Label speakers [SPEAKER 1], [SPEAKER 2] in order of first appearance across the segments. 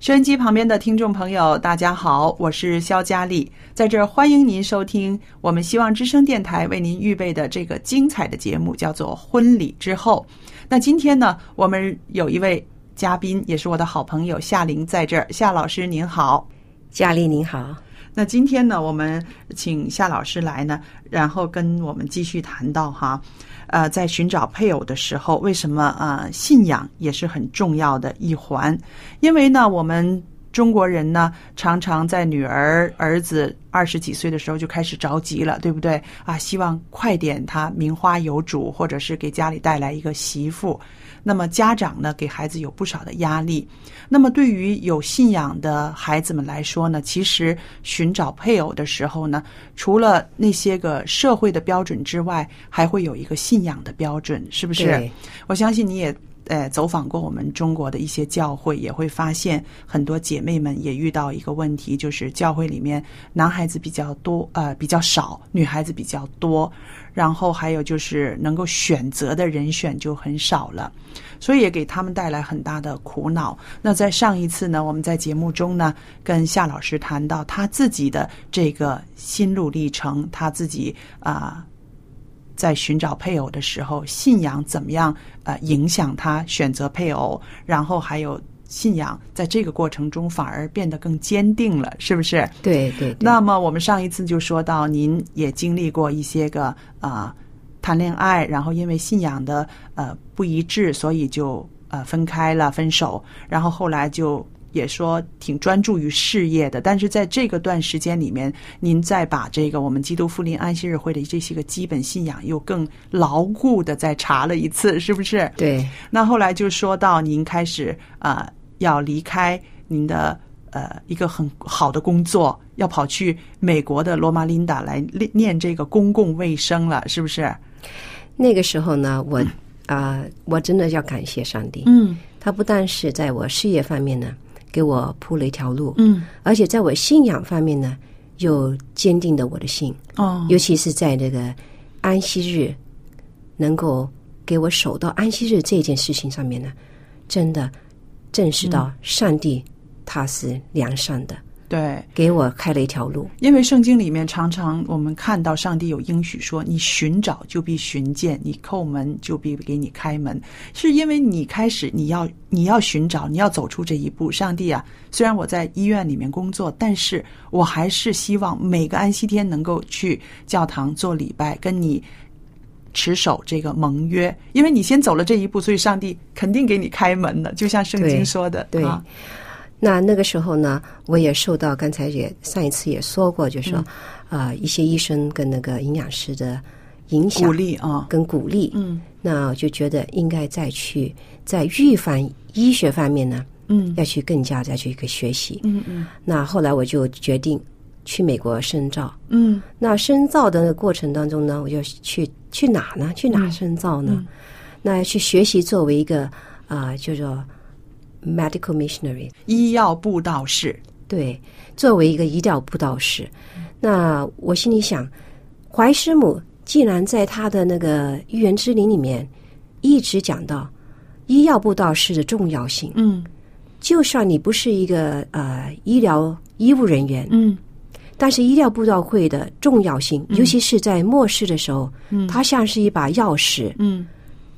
[SPEAKER 1] 收音机旁边的听众朋友，大家好，我是肖佳丽，在这儿欢迎您收听我们希望之声电台为您预备的这个精彩的节目，叫做《婚礼之后》。那今天呢，我们有一位嘉宾，也是我的好朋友夏玲，在这儿，夏老师您好。
[SPEAKER 2] 佳丽您好，
[SPEAKER 1] 那今天呢，我们请夏老师来呢，然后跟我们继续谈到哈，呃，在寻找配偶的时候，为什么呃信仰也是很重要的一环？因为呢，我们中国人呢，常常在女儿、儿子二十几岁的时候就开始着急了，对不对啊？希望快点他名花有主，或者是给家里带来一个媳妇。那么家长呢，给孩子有不少的压力。那么对于有信仰的孩子们来说呢，其实寻找配偶的时候呢，除了那些个社会的标准之外，还会有一个信仰的标准，是不是
[SPEAKER 2] 对？
[SPEAKER 1] 我相信你也。呃，走访过我们中国的一些教会，也会发现很多姐妹们也遇到一个问题，就是教会里面男孩子比较多，呃，比较少，女孩子比较多，然后还有就是能够选择的人选就很少了。所以也给他们带来很大的苦恼。那在上一次呢，我们在节目中呢，跟夏老师谈到他自己的这个心路历程，他自己啊、在寻找配偶的时候，信仰怎么样呃影响他选择配偶，然后还有信仰在这个过程中反而变得更坚定了，是不是？
[SPEAKER 2] 对对对，
[SPEAKER 1] 那么我们上一次就说到，您也经历过一些个啊、谈恋爱，然后因为信仰的呃不一致，所以就呃分开了，分手，然后后来就。也说挺专注于事业的，但是在这个段时间里面，您再把这个我们基督复临安息日会的这些个基本信仰又更牢固的再查了一次，是不是？
[SPEAKER 2] 对
[SPEAKER 1] 那后来就说到您开始啊、呃要离开您的呃一个很好的工作，要跑去美国的罗马琳达来念念这个公共卫生了，是不是？
[SPEAKER 2] 那个时候呢，我啊、我真的要感谢上帝，
[SPEAKER 1] 嗯
[SPEAKER 2] 他不但是在我事业方面呢给我铺了一条路，
[SPEAKER 1] 嗯
[SPEAKER 2] 而且在我信仰方面呢又坚定了我的信，
[SPEAKER 1] 哦
[SPEAKER 2] 尤其是在这个安息日，能够给我守到安息日这件事情上面呢，真的证实到上帝他是良善的，
[SPEAKER 1] 对，
[SPEAKER 2] 给我开了一条路。
[SPEAKER 1] 因为圣经里面常常我们看到上帝有应许说：“你寻找就必寻见，你叩门就必给你开门。”是因为你开始你要你要寻找，你要走出这一步。上帝啊，虽然我在医院里面工作，但是我还是希望每个安息天能够去教堂做礼拜，跟你持守这个盟约。因为你先走了这一步，所以上帝肯定给你开门的，就像圣经
[SPEAKER 2] 对
[SPEAKER 1] 说的，
[SPEAKER 2] 对
[SPEAKER 1] 啊
[SPEAKER 2] 那那个时候呢，我也受到刚才也上一次也说过，就
[SPEAKER 1] 嗯
[SPEAKER 2] 是说，呃，一些医生跟那个营养师的影响
[SPEAKER 1] 鼓励啊，
[SPEAKER 2] 跟鼓励，
[SPEAKER 1] 嗯
[SPEAKER 2] 那我就觉得应该再去在预防医学方面呢，
[SPEAKER 1] 嗯
[SPEAKER 2] 要去更加再去一个学习。
[SPEAKER 1] 嗯嗯
[SPEAKER 2] 那后来我就决定去美国深造。
[SPEAKER 1] 嗯
[SPEAKER 2] 那深造的过程当中呢，我就去去哪
[SPEAKER 1] 嗯
[SPEAKER 2] 呢？去哪深造呢？那去学习作为一个啊、呃，就是说 medical missionary，
[SPEAKER 1] 医药布道士，
[SPEAKER 2] 对，作为一个医疗布道士，那我心里想，怀师母既然在他的那个预言之灵里面一直讲到医药布道士的重要性，
[SPEAKER 1] 嗯
[SPEAKER 2] 就算你不是一个呃医疗医务人员，
[SPEAKER 1] 嗯
[SPEAKER 2] 但是医疗布道会的重要性，尤其是在末世的时候，它像是一把钥匙，
[SPEAKER 1] 嗯，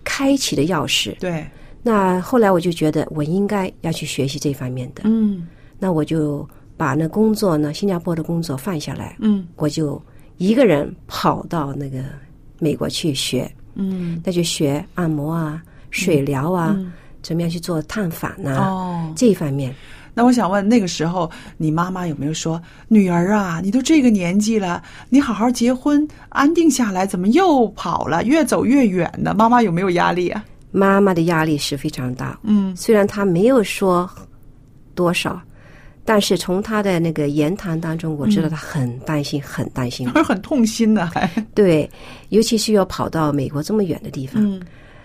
[SPEAKER 2] 开启的钥匙。
[SPEAKER 1] 对，
[SPEAKER 2] 那后来我就觉得我应该要去学习这方面的，
[SPEAKER 1] 嗯
[SPEAKER 2] 那我就把那工作呢，新加坡的工作放下来，
[SPEAKER 1] 嗯
[SPEAKER 2] 我就一个人跑到那个美国去学，
[SPEAKER 1] 嗯，
[SPEAKER 2] 那就学按摩啊、水疗啊，怎么样去做探访呐、
[SPEAKER 1] 哦，
[SPEAKER 2] 这一方面。
[SPEAKER 1] 那我想问，那个时候你妈妈有没有说，女儿啊，你都这个年纪了，你好好结婚，安定下来，怎么又跑了，越走越远呢？妈妈有没有压力啊？
[SPEAKER 2] 妈妈的压力是非常大，
[SPEAKER 1] 嗯
[SPEAKER 2] 虽然她没有说多少，但是从她的那个言谈当中，我知道她很担心，很 担心。
[SPEAKER 1] 而很痛心呢，还
[SPEAKER 2] 对，尤其是要跑到美国这么远的地方，
[SPEAKER 1] 嗯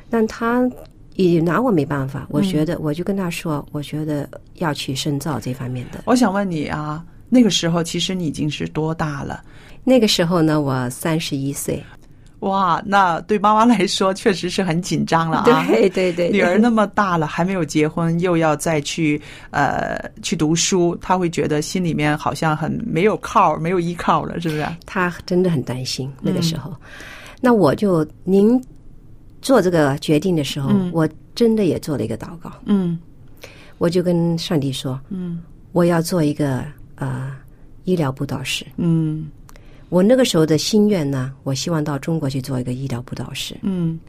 [SPEAKER 2] 但她也拿我没办法。我觉得，我就跟她说，我觉得要去深造这方面的。
[SPEAKER 1] 我想问你啊，那个时候其实你已经是多大了？
[SPEAKER 2] 那个时候呢，我三十一岁，
[SPEAKER 1] 哇，那对妈妈来说确实是很紧张了啊。
[SPEAKER 2] 对对对，
[SPEAKER 1] 女儿那么大了还没有结婚，又要再去呃去读书，她会觉得心里面好像很没有靠，没有依靠了，是不是？
[SPEAKER 2] 他真的很担心那个时候。
[SPEAKER 1] 嗯
[SPEAKER 2] 那我就您做这个决定的时候，
[SPEAKER 1] 嗯
[SPEAKER 2] 我真的也做了一个祷告，
[SPEAKER 1] 嗯
[SPEAKER 2] 我就跟上帝说，
[SPEAKER 1] 嗯
[SPEAKER 2] 我要做一个呃医疗布道师。
[SPEAKER 1] 嗯
[SPEAKER 2] 我那个时候的心愿呢，我希望到中国去做一个医疗布道师。
[SPEAKER 1] 嗯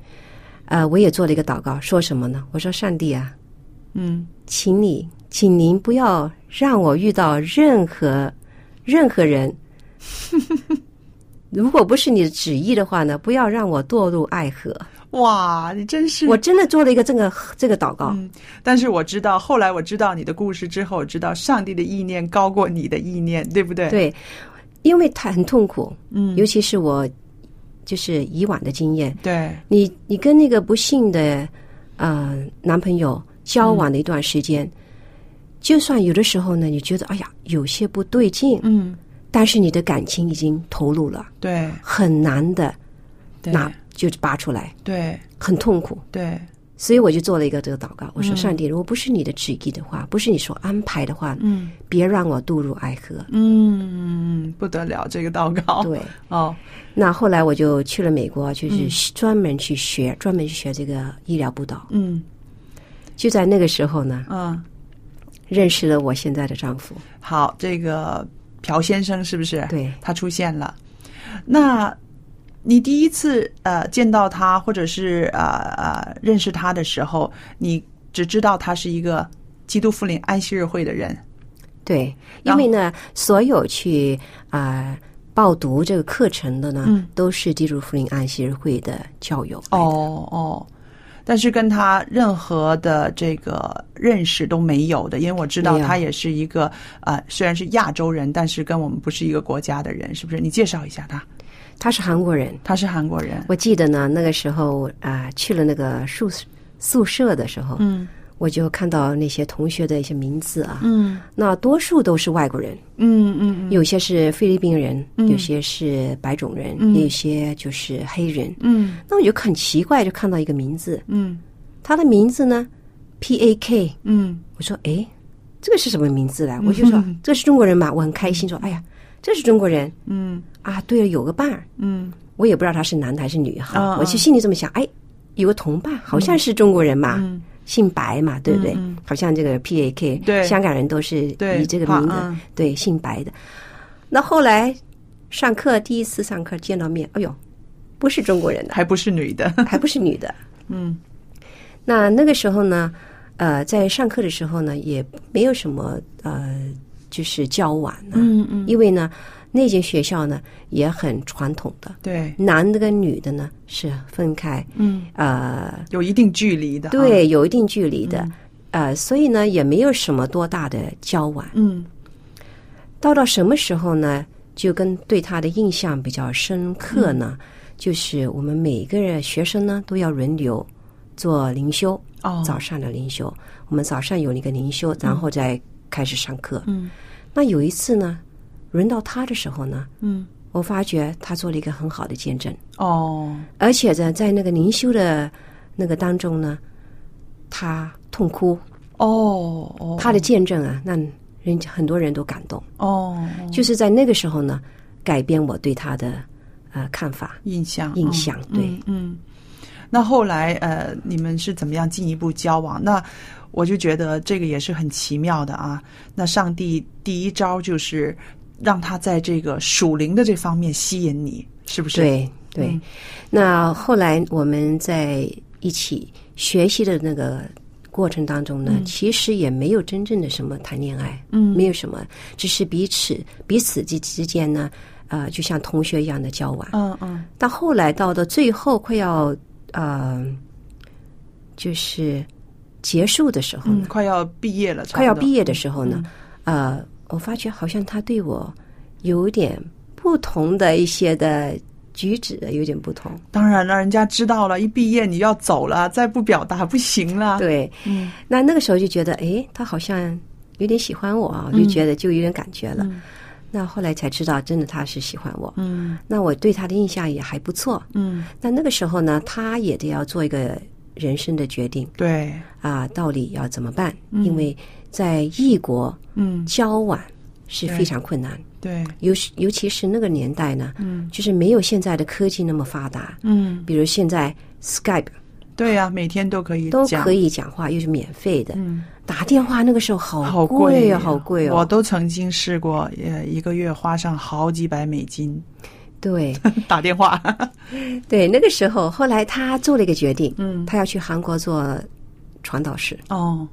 [SPEAKER 2] 呃，我也做了一个祷告，说什么呢？我说上帝啊，
[SPEAKER 1] 嗯
[SPEAKER 2] 请你，请您不要让我遇到任何任何人。 如果不是你的旨意的话呢，不要让我堕入爱河。
[SPEAKER 1] 哇，你真是
[SPEAKER 2] 我真的做了一个这个这个祷告，
[SPEAKER 1] 嗯，但是我知道，后来我知道你的故事之后，我知道上帝的意念高过你的意念，对不对？，
[SPEAKER 2] 对，因为他很痛苦，
[SPEAKER 1] 嗯，
[SPEAKER 2] 尤其是我就是以往的经验，
[SPEAKER 1] 对，
[SPEAKER 2] 你你跟那个不幸的呃男朋友交往的一段时
[SPEAKER 1] 嗯
[SPEAKER 2] 间，就算有的时候呢，你觉得哎呀有些不对劲，
[SPEAKER 1] 嗯，
[SPEAKER 2] 但是你的感情已经投入了，
[SPEAKER 1] 对，
[SPEAKER 2] 很难的
[SPEAKER 1] 对
[SPEAKER 2] 拿就是拔出来，
[SPEAKER 1] 对
[SPEAKER 2] 很痛苦。
[SPEAKER 1] 对，
[SPEAKER 2] 所以我就做了一个这个祷告，我说：“上帝，如果不是你的旨意的话，不是你所安排的话，
[SPEAKER 1] 嗯
[SPEAKER 2] 别让我堕入爱河。
[SPEAKER 1] 嗯，不得了，这个祷告，
[SPEAKER 2] 对，
[SPEAKER 1] 哦，
[SPEAKER 2] 那后来我就去了美国，
[SPEAKER 1] 嗯
[SPEAKER 2] 就是专门去学，专门去学这个医疗布道。
[SPEAKER 1] 嗯
[SPEAKER 2] 就在那个时候呢，
[SPEAKER 1] 嗯，
[SPEAKER 2] 认识了我现在的丈夫。
[SPEAKER 1] 好，这个朴先生是不是？，
[SPEAKER 2] 对，
[SPEAKER 1] 他出现了。那你第一次呃见到他，或者是呃呃认识他的时候，你只知道他是一个基督复临安息日会的人。
[SPEAKER 2] 对，因
[SPEAKER 1] 然后
[SPEAKER 2] 为呢，所有去啊、呃报读这个课程的呢，都是基督福临安息日会的教友。
[SPEAKER 1] 嗯哦哦，但是跟他任何的这个认识都没有的，因为我知道
[SPEAKER 2] 没有
[SPEAKER 1] 他也是一个呃，虽然是亚洲人，但是跟我们不是一个国家的人，是不是？你介绍一下他，
[SPEAKER 2] 他是韩国人。
[SPEAKER 1] 他是韩国人。
[SPEAKER 2] 我记得呢，那个时候啊、呃去了那个宿宿舍的时候，
[SPEAKER 1] 嗯
[SPEAKER 2] 我就看到那些同学的一些名字啊，
[SPEAKER 1] 嗯
[SPEAKER 2] 那多数都是外国人。
[SPEAKER 1] 嗯嗯
[SPEAKER 2] 有些是菲律宾人，
[SPEAKER 1] 嗯
[SPEAKER 2] 有些是白种人，
[SPEAKER 1] 嗯
[SPEAKER 2] 有些就是黑人。
[SPEAKER 1] 嗯
[SPEAKER 2] 那我就很奇怪，就看到一个名字，
[SPEAKER 1] 嗯
[SPEAKER 2] 他的名字呢，P A K。
[SPEAKER 1] 嗯
[SPEAKER 2] 我说，诶，这个是什么名字啊来？我就说，这是中国人嘛，我很开心，说，哎呀，这是中国人
[SPEAKER 1] 嗯
[SPEAKER 2] 啊。对了，有个伴儿，
[SPEAKER 1] 嗯
[SPEAKER 2] 我也不知道他是男的还是女哈，
[SPEAKER 1] 啊啊
[SPEAKER 2] 我就心里这么想，哎，有个同伴，好像是中国人嘛，
[SPEAKER 1] 嗯，
[SPEAKER 2] 姓白嘛，对不对？
[SPEAKER 1] 嗯嗯
[SPEAKER 2] 好像这个 P A K，
[SPEAKER 1] 对
[SPEAKER 2] 香港人都是
[SPEAKER 1] 对，
[SPEAKER 2] 以这个名字。
[SPEAKER 1] 啊
[SPEAKER 2] 对，姓白的。那后来上课第一次上课见到面，哎呦，不是中 国人的，
[SPEAKER 1] 还不是女的。
[SPEAKER 2] 还不是女的。
[SPEAKER 1] 嗯
[SPEAKER 2] 那那个时候呢，呃，在上课的时候呢，也没有什么呃，就是交往呢、
[SPEAKER 1] 嗯嗯，
[SPEAKER 2] 因为呢，那间学校呢也很传统的，
[SPEAKER 1] 对，
[SPEAKER 2] 男的跟女的呢是分开，
[SPEAKER 1] 嗯，
[SPEAKER 2] 呃，
[SPEAKER 1] 有一定距离的。，嗯
[SPEAKER 2] 对，有一定距离的，呃，所以呢也没有什么多大的交往。
[SPEAKER 1] 嗯
[SPEAKER 2] 到到什么时候呢？就跟对他的印象
[SPEAKER 1] 嗯
[SPEAKER 2] 比较深刻呢，就是我们每个人学生呢都要轮流做灵修，
[SPEAKER 1] 哦
[SPEAKER 2] 早上的灵修，我们早上有一个灵修，然后再开始上课。
[SPEAKER 1] 嗯
[SPEAKER 2] 那有一次呢，轮到他的时候呢，
[SPEAKER 1] 嗯，
[SPEAKER 2] 我发觉他做了一个很好的见证，
[SPEAKER 1] 哦，
[SPEAKER 2] 而且呢，在那个灵修的那个当中呢，他痛哭，
[SPEAKER 1] 哦，哦，
[SPEAKER 2] 他的见证啊，让人很多人都感动。
[SPEAKER 1] 哦
[SPEAKER 2] 就是在那个时候呢，改变我对他的呃看法、
[SPEAKER 1] 印象
[SPEAKER 2] 印象。对，
[SPEAKER 1] 嗯嗯。那后来呃，你们是怎么样进一步交往？那我就觉得这个也是很奇妙的啊。那上帝第一招就是让他在这个属灵的这方面吸引你，是不是？，嗯
[SPEAKER 2] 对对、那后来我们在一起学习的那个过程当中呢，
[SPEAKER 1] 嗯
[SPEAKER 2] 其实也没有真正的什么谈恋爱，嗯，没有什么，只是彼此彼此之之间呢，呃，就像同学一样的交往。
[SPEAKER 1] 嗯嗯
[SPEAKER 2] 到后来到的最后快要呃，就是结束的时候呢
[SPEAKER 1] 嗯，，快要毕业了，
[SPEAKER 2] 快要毕
[SPEAKER 1] 业，
[SPEAKER 2] 业的时候呢，呃，我发觉好像他对我有点不同的一些的举止，有点不同。
[SPEAKER 1] 当然了，人家知道了，一毕业你要走了，再不表达不行了。，
[SPEAKER 2] 对，
[SPEAKER 1] 嗯
[SPEAKER 2] 那那个时候就觉得，诶，他好像有点喜欢我啊，我就觉得就有点感觉了。那后来才知道，真的他是喜欢我。
[SPEAKER 1] 嗯
[SPEAKER 2] 那我对他的印象也还不错。
[SPEAKER 1] 嗯，
[SPEAKER 2] 那那个时候呢，他也得要做一个人生的决定
[SPEAKER 1] 对，
[SPEAKER 2] 啊，到底要怎么办？因为在异国
[SPEAKER 1] 嗯
[SPEAKER 2] 交往是
[SPEAKER 1] 对
[SPEAKER 2] 非常困难。
[SPEAKER 1] 对，
[SPEAKER 2] 尤其尤其是那个年代呢，嗯，就是没有现在的科技那么发达，
[SPEAKER 1] 嗯
[SPEAKER 2] 比如现在 Skype
[SPEAKER 1] 对呀、每天都可以
[SPEAKER 2] 都
[SPEAKER 1] 讲
[SPEAKER 2] 可以讲话，又是免费的，
[SPEAKER 1] 嗯，
[SPEAKER 2] 打电话那个时候
[SPEAKER 1] 好
[SPEAKER 2] 好
[SPEAKER 1] 贵
[SPEAKER 2] 哦，
[SPEAKER 1] 呀
[SPEAKER 2] 好贵
[SPEAKER 1] 我
[SPEAKER 2] 哦，
[SPEAKER 1] 都曾经试过，呃，一个月花上好几百美金
[SPEAKER 2] 对
[SPEAKER 1] 打电话。
[SPEAKER 2] 对，那个时候后来他做了一个决定，
[SPEAKER 1] 嗯
[SPEAKER 2] 他要去韩国做传导师，
[SPEAKER 1] 哦，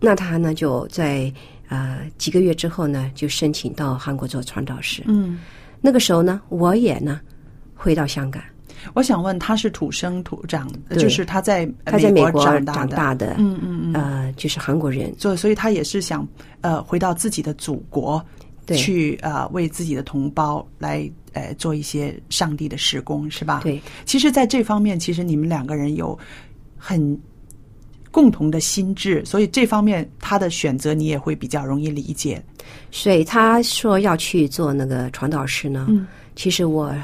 [SPEAKER 2] 那他呢就在呃几个月之后呢就申请到韩国做传导师，
[SPEAKER 1] 嗯，
[SPEAKER 2] 那个时候呢我也呢回到香港，
[SPEAKER 1] 我想问，他是土生土长，呃
[SPEAKER 2] 对
[SPEAKER 1] 就是他在呃
[SPEAKER 2] 他在美
[SPEAKER 1] 国
[SPEAKER 2] 国
[SPEAKER 1] 长
[SPEAKER 2] 长
[SPEAKER 1] 的，
[SPEAKER 2] 大的，
[SPEAKER 1] 嗯嗯嗯，
[SPEAKER 2] 呃就是韩国人，
[SPEAKER 1] 所以所以他也是想呃回到自己的祖国。
[SPEAKER 2] 对
[SPEAKER 1] 去呃为自己的同胞来呃做一些上帝的施工，是吧？。
[SPEAKER 2] 对。
[SPEAKER 1] 其实，在这方面，其实你们两个人有很共同的心智，所以这方面他的选择你也会比较容易理解。
[SPEAKER 2] 所以他说要去做那个传道师呢，
[SPEAKER 1] 嗯
[SPEAKER 2] 其实我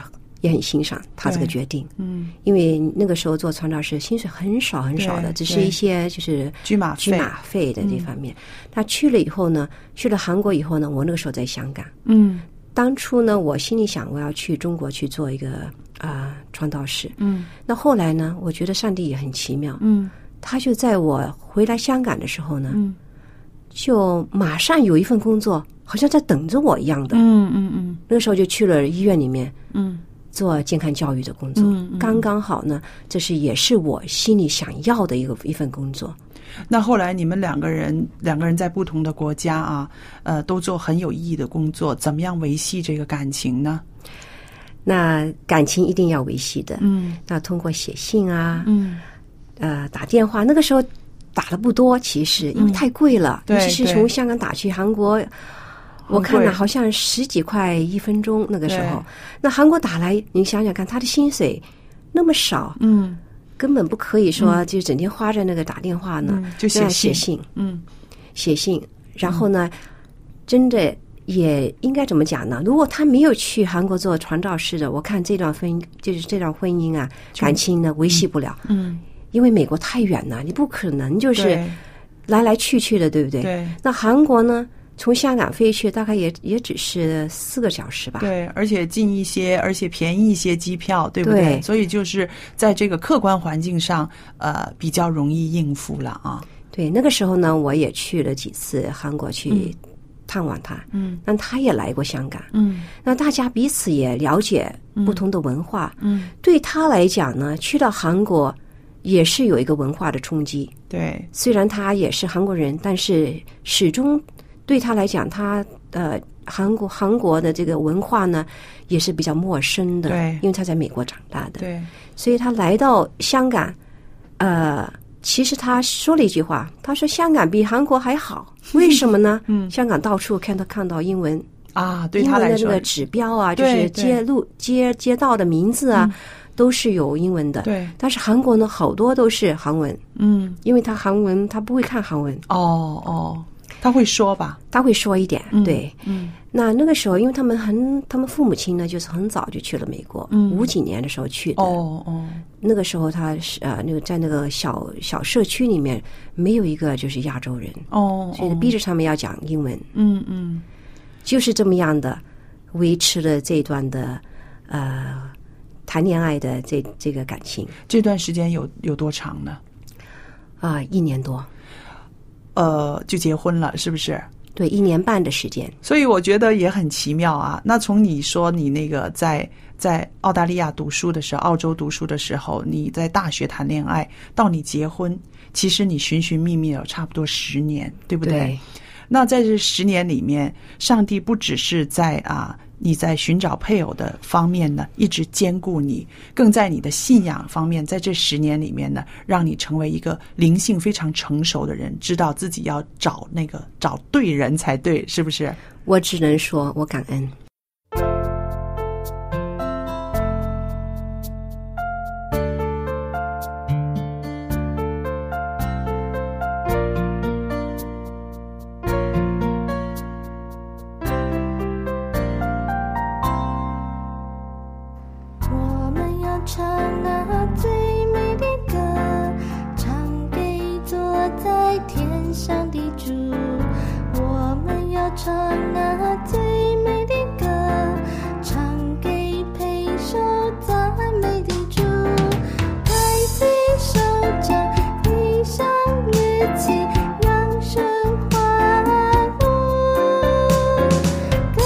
[SPEAKER 2] 也很欣赏他这个决定，
[SPEAKER 1] 嗯，
[SPEAKER 2] 因为那个时候做传道师薪水很少很少
[SPEAKER 1] 对
[SPEAKER 2] 的，只是一些就是
[SPEAKER 1] 车马
[SPEAKER 2] 车
[SPEAKER 1] 费嗯
[SPEAKER 2] 马费的这方面。他去了以后呢，去了韩国以后呢，我那个时候在香港。
[SPEAKER 1] 嗯
[SPEAKER 2] 当初呢，我心里想我要去中国去做一个啊、呃传道师。
[SPEAKER 1] 嗯
[SPEAKER 2] 那后来呢，我觉得上帝也很奇妙，
[SPEAKER 1] 嗯
[SPEAKER 2] 他就在我回来香港的时候呢，
[SPEAKER 1] 嗯
[SPEAKER 2] 就马上有一份工作，好像在等着我一样的。
[SPEAKER 1] 嗯嗯
[SPEAKER 2] 那个时候就去了医院里面
[SPEAKER 1] 嗯
[SPEAKER 2] 做健康教育的工作，
[SPEAKER 1] 嗯嗯
[SPEAKER 2] 刚刚好呢，这是也是我心里想要的一个一份工作。
[SPEAKER 1] 嗯。那后来你们两个人，两个人在不同的国家啊，呃，都做很有意义的工作，怎么样维系这个感情呢？
[SPEAKER 2] 那感情一定要维系的，
[SPEAKER 1] 嗯
[SPEAKER 2] 那通过写信啊，
[SPEAKER 1] 嗯，
[SPEAKER 2] 呃，打电话，那个时候打的不多，其实因为太贵了，
[SPEAKER 1] 嗯对
[SPEAKER 2] 尤其是
[SPEAKER 1] 对
[SPEAKER 2] 从香港打去韩国。我看
[SPEAKER 1] 贵
[SPEAKER 2] 了，好像十几块一分钟那个时
[SPEAKER 1] 对
[SPEAKER 2] 候，那韩国打来，你想想看，他的薪水那么少，
[SPEAKER 1] 嗯
[SPEAKER 2] 根本不可以说就整天花在那个打电话呢
[SPEAKER 1] 嗯，就写
[SPEAKER 2] 那要
[SPEAKER 1] 信
[SPEAKER 2] 写信，
[SPEAKER 1] 嗯
[SPEAKER 2] 写信，然后呢，真的也应该怎么讲呢？如果他没有去韩国做传教士的，我看这段婚就是这段婚姻啊，感情呢维系不了，
[SPEAKER 1] 嗯，
[SPEAKER 2] 因为美国太远了，你不可能就是
[SPEAKER 1] 对
[SPEAKER 2] 来来去去的，对不对？
[SPEAKER 1] 对
[SPEAKER 2] 那韩国呢，从香港飞去大概也也只是四个小时吧。
[SPEAKER 1] 对，而且近一些，而且便宜一些机票，对不对？
[SPEAKER 2] 对
[SPEAKER 1] 所以就是在这个客观环境上，呃，比较容易应付了啊。
[SPEAKER 2] 对，那个时候呢，我也去了几次韩国去探望他，
[SPEAKER 1] 嗯
[SPEAKER 2] 那他也来过香港，
[SPEAKER 1] 嗯
[SPEAKER 2] 那大家彼此也了解不同的文化，
[SPEAKER 1] 嗯，
[SPEAKER 2] 对他来讲呢，去到韩国也是有一个文化的冲击。
[SPEAKER 1] 对，
[SPEAKER 2] 虽然他也是韩国人，但是始终对他来讲，他呃韩国韩国的这个文化呢，也是比较陌生的。
[SPEAKER 1] 对
[SPEAKER 2] 因为他在美国长大的，
[SPEAKER 1] 对，
[SPEAKER 2] 所以他来到香港，呃，其实他说了一句话，他说香港比韩国还好，为什么 呢？嗯，香港到处看到看到英文
[SPEAKER 1] 啊，对
[SPEAKER 2] 英
[SPEAKER 1] 他
[SPEAKER 2] 文
[SPEAKER 1] 来
[SPEAKER 2] 的那
[SPEAKER 1] 说
[SPEAKER 2] 个，指标啊，就
[SPEAKER 1] 对嗯
[SPEAKER 2] 是
[SPEAKER 1] 对
[SPEAKER 2] 街路街街道的名字啊，都是有英文的。
[SPEAKER 1] 对，
[SPEAKER 2] 但是韩国呢，好多都是韩文，
[SPEAKER 1] 嗯，
[SPEAKER 2] 因为他韩文他不会看韩文，
[SPEAKER 1] 哦哦，他会说吧？
[SPEAKER 2] 他会说一点。对，
[SPEAKER 1] 嗯
[SPEAKER 2] 那那个时候，因为他们很，他们父母亲呢，就是很早就去了美国，
[SPEAKER 1] 嗯
[SPEAKER 2] 五几年的时候去的。
[SPEAKER 1] 哦哦，
[SPEAKER 2] 那个时候他是呃，那个在那个小小社区里面，没有一个就是亚洲人，
[SPEAKER 1] 哦，
[SPEAKER 2] 所以逼着他们要讲英文，
[SPEAKER 1] 嗯嗯
[SPEAKER 2] 就是这么样的维持了这段的呃谈恋爱的这这个感情
[SPEAKER 1] 这段时间有有多长呢？
[SPEAKER 2] 啊、一年多，
[SPEAKER 1] 呃，就结婚了，是不是？
[SPEAKER 2] 对，一年半的时间。
[SPEAKER 1] 所以我觉得也很奇妙啊。那从你说你那个在在澳大利亚读书的时候，澳洲读书的时候，你在大学谈恋爱，到你结婚，其实你寻寻觅觅有差不多十年，对不对？
[SPEAKER 2] 对
[SPEAKER 1] 那在这十年里面，上帝不只是在啊你在寻找配偶的方面呢，一直兼顾你，更在你的信仰方面，在这十年里面呢，让你成为一个灵性非常成熟的人，知道自己要找那个找对人才对，是不是？
[SPEAKER 2] 我只能说我感恩。
[SPEAKER 3] 我们要唱那最美的歌，唱给坐在天上的主。我们要唱那最美的歌，唱给配受赞美的主。抬起手掌，披上乐器，让声欢呼。歌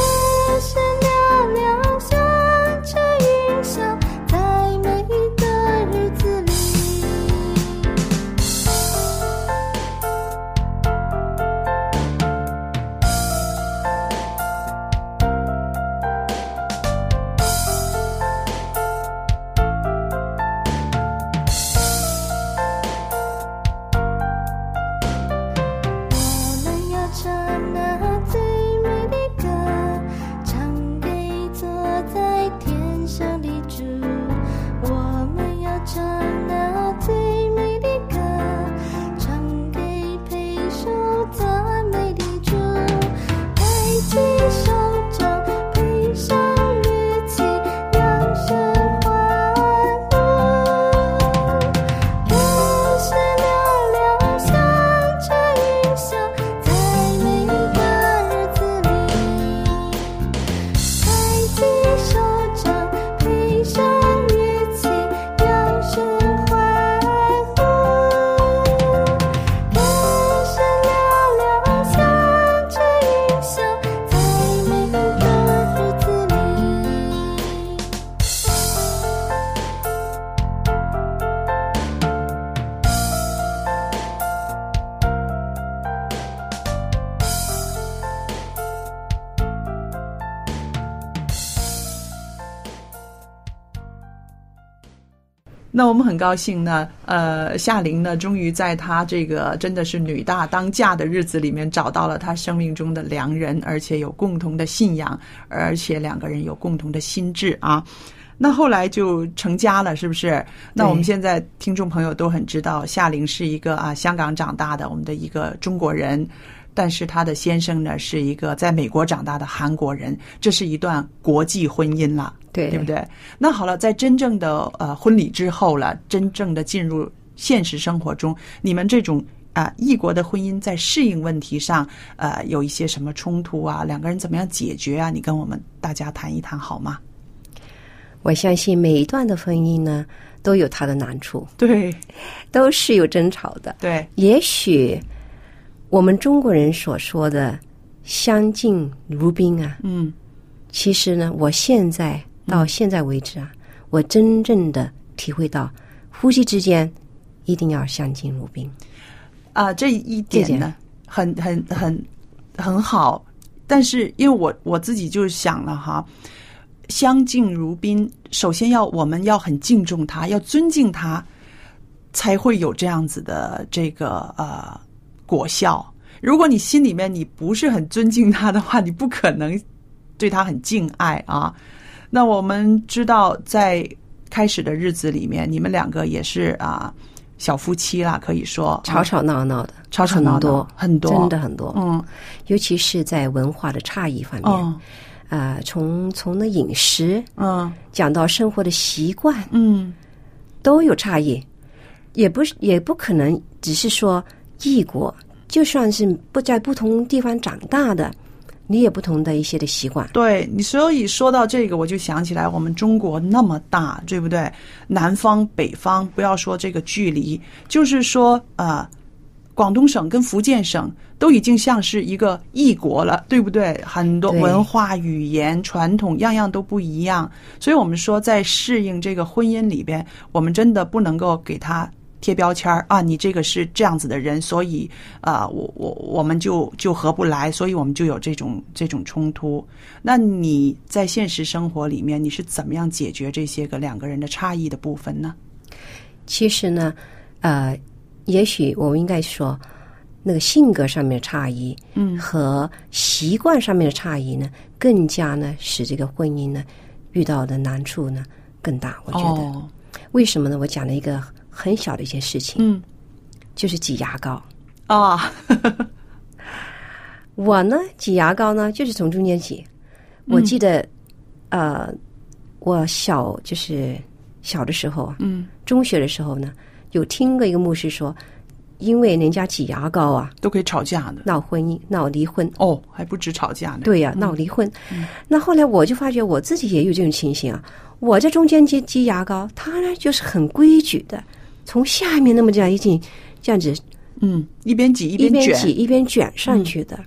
[SPEAKER 3] 声嘹亮，响彻云霄，在每一个日子里。我们要唱那最美的歌，唱给坐在天上的主。我们要唱那最美的歌，唱给配受赞美的主。抬起手掌，配上乐器，扬声欢呼。歌声嘹亮，响彻云霄，在每一个日子里。抬起手掌，披上乐器，扬声欢呼。歌声嘹亮，响彻云霄，在每一个日子里。
[SPEAKER 1] 那我们很高兴呢，呃，夏琳呢，终于在她这个真的是女大当嫁的日子里面，找到了她生命中的良人，而且有共同的信仰，而且两个人有共同的心智啊。那后来就成家了，是不是？那我们现在听众朋友都很知道，夏琳是一个啊香港长大的我们的一个中国人，但是她的先生呢是一个在美国长大的韩国人，这是一段国际婚姻了，
[SPEAKER 2] 对
[SPEAKER 1] 对不对？那好了，在真正的呃婚礼之后了，真正的进入现实生活中，你们这种啊、异国的婚姻在适应问题上，呃，有一些什么冲突啊？两个人怎么样解决啊？你跟我们大家谈一谈好吗？
[SPEAKER 2] 我相信每一段的婚姻呢，都有它的难处，
[SPEAKER 1] 对
[SPEAKER 2] 都是有争吵的。
[SPEAKER 1] 对，
[SPEAKER 2] 也许我们中国人所说的“相敬如宾”啊，
[SPEAKER 1] 嗯
[SPEAKER 2] 其实呢，我现在到现在为止啊，我真正的体会到，夫妻之间一定要相敬如宾。
[SPEAKER 1] 啊、这一点呢，很很很很好。但是因为我我自己就想了哈，相敬如宾，首先要我们要很敬重他，要尊敬他，才会有这样子的这个呃果效。如果你心里面你不是很尊敬他的话，你不可能对他很敬爱啊。那我们知道，在开始的日子里面，你们两个也是啊小夫妻啦，可以说
[SPEAKER 2] 吵
[SPEAKER 1] 啊
[SPEAKER 2] 吵闹闹的，
[SPEAKER 1] 吵吵闹
[SPEAKER 2] 很
[SPEAKER 1] 闹
[SPEAKER 2] 多，
[SPEAKER 1] 很多，
[SPEAKER 2] 真的，很多，
[SPEAKER 1] 嗯，
[SPEAKER 2] 尤其是在文化的差异方面，
[SPEAKER 1] 哦，
[SPEAKER 2] 呃，从从那饮食
[SPEAKER 1] 嗯
[SPEAKER 2] 讲到生活的习惯
[SPEAKER 1] 嗯，
[SPEAKER 2] 都有差异，也不是也不可能只是说异国，就算是不在不同地方长大的，你也不同的一些的习惯，
[SPEAKER 1] 对你，所以说到这个，我就想起来，我们中国那么大，对不对？南方、北方，不要说这个距离，就是说，呃，广东省跟福建省都已经像是一个异国了，对不对？很多
[SPEAKER 2] 对
[SPEAKER 1] 文化、语言、传统，样样都不一样。所以我们说，在适应这个婚姻里边，我们真的不能够给他贴标签儿啊，你这个是这样子的人，所以啊、我我我们就就合不来，所以我们就有这种这种冲突。那你在现实生活里面，你是怎么样解决这些个两个人的差异的部分呢？
[SPEAKER 2] 其实呢，呃，也许我们应该说，那个性格上面的差异，嗯，和习惯上面的差异呢，更加呢使这个婚姻呢遇到的难处呢更大。我觉得、
[SPEAKER 1] 哦，
[SPEAKER 2] 为什么呢？我讲了一个很小的一件事情，
[SPEAKER 1] 嗯
[SPEAKER 2] 就是挤牙膏。
[SPEAKER 1] 啊，
[SPEAKER 2] 我呢挤牙膏呢就是从中间挤。我记得，呃，我小就是小的时候啊，
[SPEAKER 1] 嗯，
[SPEAKER 2] 中学的时候呢，有听过一个牧师说，因为人家挤牙膏啊，
[SPEAKER 1] 都可以吵架的
[SPEAKER 2] 闹婚姻、闹离婚。
[SPEAKER 1] 哦，还不止吵架呢。，
[SPEAKER 2] 对呀、闹离婚。那后来我就发觉我自己也有这种情形啊，我在中间挤挤牙膏，他呢就是很规矩的，从下面那么这样一进，这样子
[SPEAKER 1] 嗯，一边挤一
[SPEAKER 2] 一边
[SPEAKER 1] 卷嗯
[SPEAKER 2] 挤，一边卷上去的。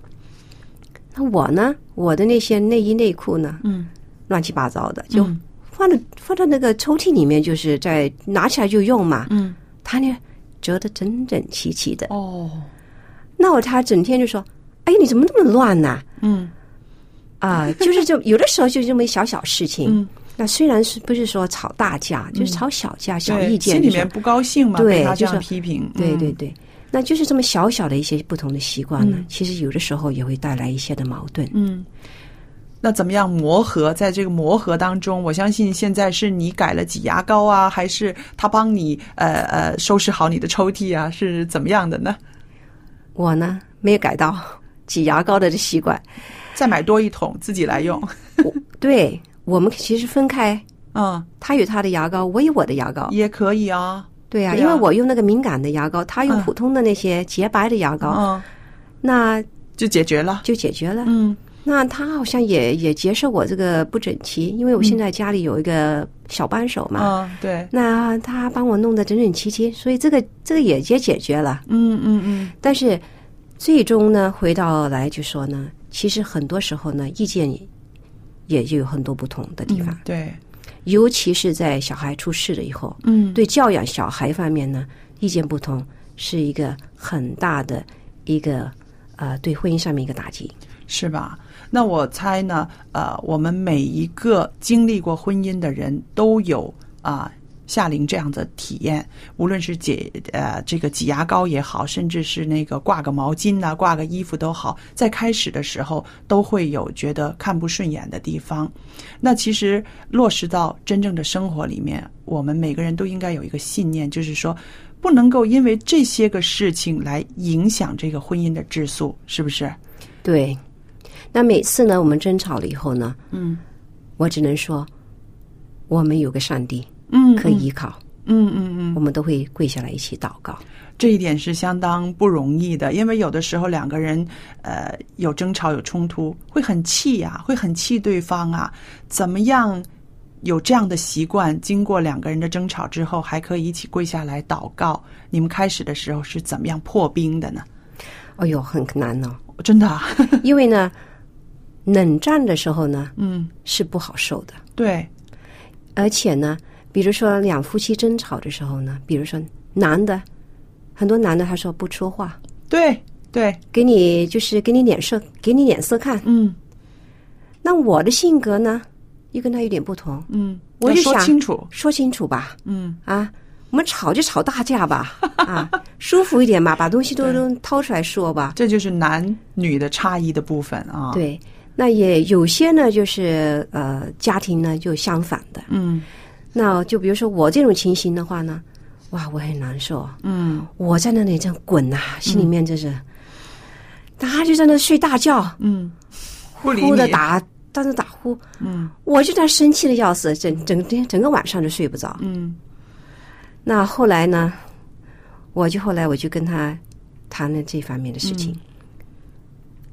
[SPEAKER 2] 那我呢，我的那些内衣内裤呢，
[SPEAKER 1] 嗯，
[SPEAKER 2] 乱七八糟的，就放到、放到那个抽屉里面，就是在拿起来就用嘛。
[SPEAKER 1] 嗯，
[SPEAKER 2] 他呢折得整整齐齐的，
[SPEAKER 1] 哦，
[SPEAKER 2] 那我他整天就说：“哎，你怎么那么乱呐、
[SPEAKER 1] 嗯
[SPEAKER 2] 啊， 就是就有的时候就是这么一小小事情。
[SPEAKER 1] 嗯，
[SPEAKER 2] 那虽然是不是说吵大架，就是吵小架、小
[SPEAKER 1] 对
[SPEAKER 2] 意见，
[SPEAKER 1] 心里
[SPEAKER 2] 就是
[SPEAKER 1] 面不高兴嘛，
[SPEAKER 2] 对
[SPEAKER 1] 被他这
[SPEAKER 2] 就
[SPEAKER 1] 样
[SPEAKER 2] 是
[SPEAKER 1] 批评，
[SPEAKER 2] 对
[SPEAKER 1] 嗯
[SPEAKER 2] 对，对，那就是这么小小的一些不同的习惯呢，
[SPEAKER 1] 嗯
[SPEAKER 2] 其实有的时候也会带来一些的矛盾。
[SPEAKER 1] 嗯。那怎么样磨合？在这个磨合当中，我相信现在是你改了挤牙膏啊，还是他帮你呃呃收拾好你的抽屉啊？是怎么样的呢？
[SPEAKER 2] 我呢没有改到挤牙膏的这习惯，
[SPEAKER 1] 再买多一桶自己来 用，
[SPEAKER 2] 对我们其实分开，
[SPEAKER 1] 嗯，
[SPEAKER 2] 他有他的牙膏，我有我的牙膏。
[SPEAKER 1] 也可以啊，
[SPEAKER 2] 对呀、
[SPEAKER 1] 对
[SPEAKER 2] 因为
[SPEAKER 1] 啊
[SPEAKER 2] 我用那个敏感的牙膏，他用
[SPEAKER 1] 嗯
[SPEAKER 2] 普通的那些洁白的牙膏，
[SPEAKER 1] 嗯，
[SPEAKER 2] 那
[SPEAKER 1] 就解决了，
[SPEAKER 2] 就解决了。
[SPEAKER 1] 嗯
[SPEAKER 2] 那他好像也也接受我这个不整齐，因为我现在家里有一个小帮手嘛，
[SPEAKER 1] 嗯，对，
[SPEAKER 2] 那他帮我弄得整整齐齐，所以这个这个也也解决了。
[SPEAKER 1] 嗯嗯嗯，
[SPEAKER 2] 但是最终呢，回到来就说呢，其实很多时候呢，意见也就有很多不同的地方，
[SPEAKER 1] 嗯对，
[SPEAKER 2] 尤其是在小孩出世了以后，
[SPEAKER 1] 嗯
[SPEAKER 2] 对教养小孩方面呢，意见不同是一个很大的一个呃对婚姻上面一个打击。
[SPEAKER 1] 是吧？那我猜呢，呃，我们每一个经历过婚姻的人都有啊、夏琳这样的体验，无论是解呃这个挤牙膏也好，甚至是那个挂个毛巾呐、挂个衣服都好，在开始的时候都会有觉得看不顺眼的地方。那其实落实到真正的生活里面，我们每个人都应该有一个信念，就是说。不能够因为这些个事情来影响这个婚姻的质素，是不是？
[SPEAKER 2] 对，那每次呢，我们争吵了以后呢，嗯，我只能说，我们有个上帝
[SPEAKER 1] 嗯
[SPEAKER 2] 可以依靠，
[SPEAKER 1] 嗯嗯嗯，
[SPEAKER 2] 我们都会跪下来一起祷告。
[SPEAKER 1] 这一点是相当不容易的，因为有的时候两个人呃有争吵有冲突，会很气呀、会很气对方啊。怎么样有这样的习惯？经过两个人的争吵之后，还可以一起跪下来祷告。你们开始的时候是怎么样破冰的呢？
[SPEAKER 2] 哎呦，很难哦，
[SPEAKER 1] 真的、啊，
[SPEAKER 2] 因为呢，冷战的时候呢
[SPEAKER 1] 嗯，
[SPEAKER 2] 是不好受的，
[SPEAKER 1] 对，
[SPEAKER 2] 而且呢，比如说两夫妻争吵的时候呢，比如说男的，很多男的他说不说话，
[SPEAKER 1] 对，对，
[SPEAKER 2] 给你就是给你脸色，给你脸色看。
[SPEAKER 1] 嗯
[SPEAKER 2] 那我的性格呢，又跟他有点不同，
[SPEAKER 1] 嗯，
[SPEAKER 2] 我
[SPEAKER 1] 要
[SPEAKER 2] 就
[SPEAKER 1] 说
[SPEAKER 2] 想
[SPEAKER 1] 清楚，
[SPEAKER 2] 说清楚吧，
[SPEAKER 1] 嗯
[SPEAKER 2] 啊，我们吵就吵大架吧， 啊，舒服一点嘛，把东西都都掏出来说吧。
[SPEAKER 1] 这就是男女的差异的部分啊。，
[SPEAKER 2] 对，那也有些呢，就是呃，家庭呢就相反的，
[SPEAKER 1] 嗯
[SPEAKER 2] 那就比如说我这种情形的话呢，哇，我很难受啊。
[SPEAKER 1] 嗯
[SPEAKER 2] 我在那里这样滚呐、心里面就是，他就在那睡大觉，
[SPEAKER 1] 嗯，不理
[SPEAKER 2] 呼的
[SPEAKER 1] 你，
[SPEAKER 2] 打，但是打呼，
[SPEAKER 1] 嗯
[SPEAKER 2] 我就在那生气的要死，整整天整个晚上都睡不着。
[SPEAKER 1] 嗯
[SPEAKER 2] 那后来呢，我就后来我就跟他谈了这方面的事情，
[SPEAKER 1] 嗯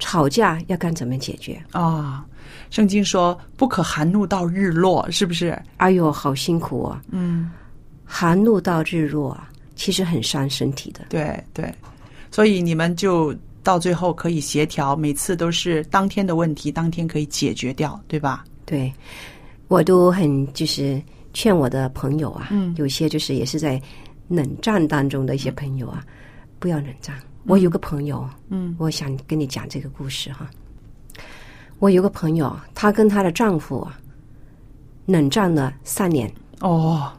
[SPEAKER 2] 吵架要该怎么解决？
[SPEAKER 1] 啊、圣经说不可含怒到日落，是不是？
[SPEAKER 2] 哎呦，好辛苦啊！
[SPEAKER 1] 嗯，
[SPEAKER 2] 寒露到日落啊，其实很伤身体的。
[SPEAKER 1] 对对，所以你们就到最后可以协调，每次都是当天的问题，当天可以解决掉，对吧？
[SPEAKER 2] 对，我都很就是劝我的朋友啊，
[SPEAKER 1] 嗯
[SPEAKER 2] 有些就是也是在冷战当中的一些朋友啊，不要冷战。我有个朋友，
[SPEAKER 1] 嗯，
[SPEAKER 2] 我想跟你讲这个故事哈。我有个朋友，她跟她的丈夫啊，冷战了三年。
[SPEAKER 1] 哦，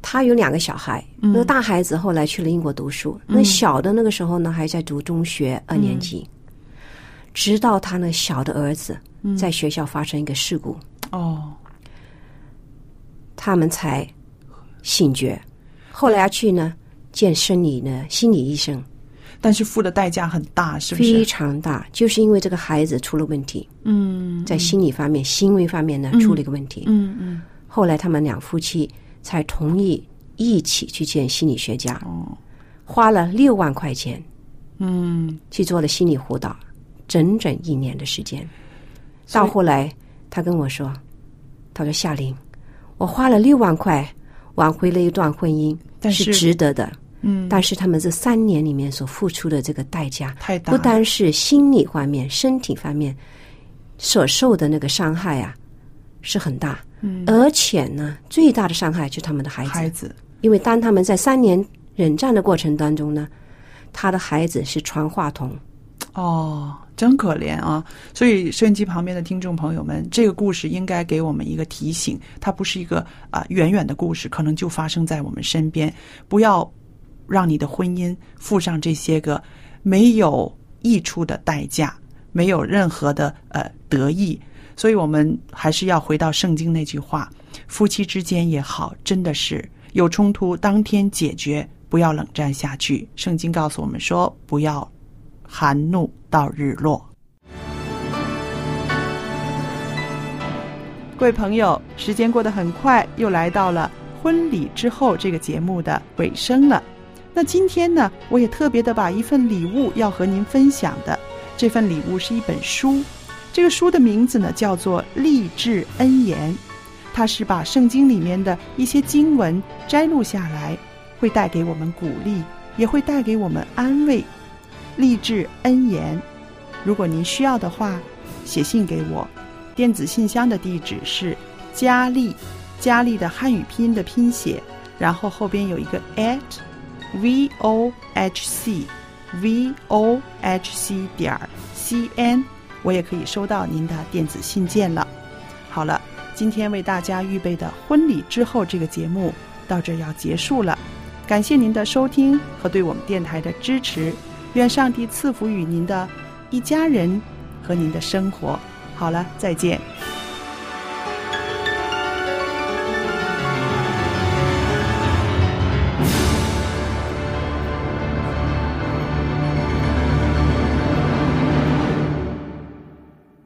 [SPEAKER 2] 她有两个小孩，
[SPEAKER 1] 嗯
[SPEAKER 2] 那个大孩子后来去了英国读书，那小的那个时候呢还在读中学二年级，
[SPEAKER 1] 嗯
[SPEAKER 2] 直到她那小的儿子在学校发生一个事故，
[SPEAKER 1] 哦，
[SPEAKER 2] 他们才醒觉。后来去呢见生理呢心理医生，
[SPEAKER 1] 但是付的代价很大，是不
[SPEAKER 2] 非
[SPEAKER 1] 是？
[SPEAKER 2] 常大，就是因为这个孩子出了问题，
[SPEAKER 1] 嗯
[SPEAKER 2] 在心理方面、行为方面呢出了一个问题。
[SPEAKER 1] 嗯嗯，
[SPEAKER 2] 后来他们两夫妻才同意一起去见心理学家，
[SPEAKER 1] 哦，
[SPEAKER 2] 花了六万块钱
[SPEAKER 1] 嗯，
[SPEAKER 2] 去做了心理辅导，整整一年的时间。
[SPEAKER 1] 所以
[SPEAKER 2] 到后来，他跟我说：“他说夏琳，我花了六万块挽回了一段婚姻，
[SPEAKER 1] 但是
[SPEAKER 2] 值得的。
[SPEAKER 1] 嗯，
[SPEAKER 2] 但是他们这三年里面所付出的这个代价，
[SPEAKER 1] 太大
[SPEAKER 2] 不
[SPEAKER 1] 了，
[SPEAKER 2] 单是心理方面、身体方面所受的那个伤害啊，是很大。
[SPEAKER 1] 嗯
[SPEAKER 2] 而且呢，最大的伤害就是他们的呃孩子，
[SPEAKER 1] 孩子，
[SPEAKER 2] 因为当他们在三年忍战的过程当中呢，他的孩子是传话筒。
[SPEAKER 1] 哦，真可怜啊！所以收音机旁边的听众朋友们，这个故事应该给我们一个提醒，它不是一个啊、远远的故事，可能就发生在我们身边。不要让你的婚姻付上这些个没有益处的代价，没有任何的呃得益。所以我们还是要回到圣经那句话：夫妻之间也好，真的是有冲突，当天解决，不要冷战下去。圣经告诉我们说，不要含怒到日落。各位朋友，时间过得很快，又来到了婚礼之后这个节目的尾声了。那今天呢，我也特别的把一份礼物要和您分享的，这份礼物是一本书，这个书的名字呢叫做《励志恩言》，它是把圣经里面的一些经文摘录下来，会带给我们鼓励，也会带给我们安慰。励志恩言。如果您需要的话，写信给我，电子信箱的地址是佳丽，佳丽的汉语拼音的拼写，然后后边有一个 at，v o h c v o h c 点儿 c n，我也可以收到您的电子信件了。好了，今天为大家预备的婚礼之后这个节目到这儿要结束了，感谢您的收听和对我们电台的支持。愿上帝赐福与您的一家人和您的生活。好了，再见。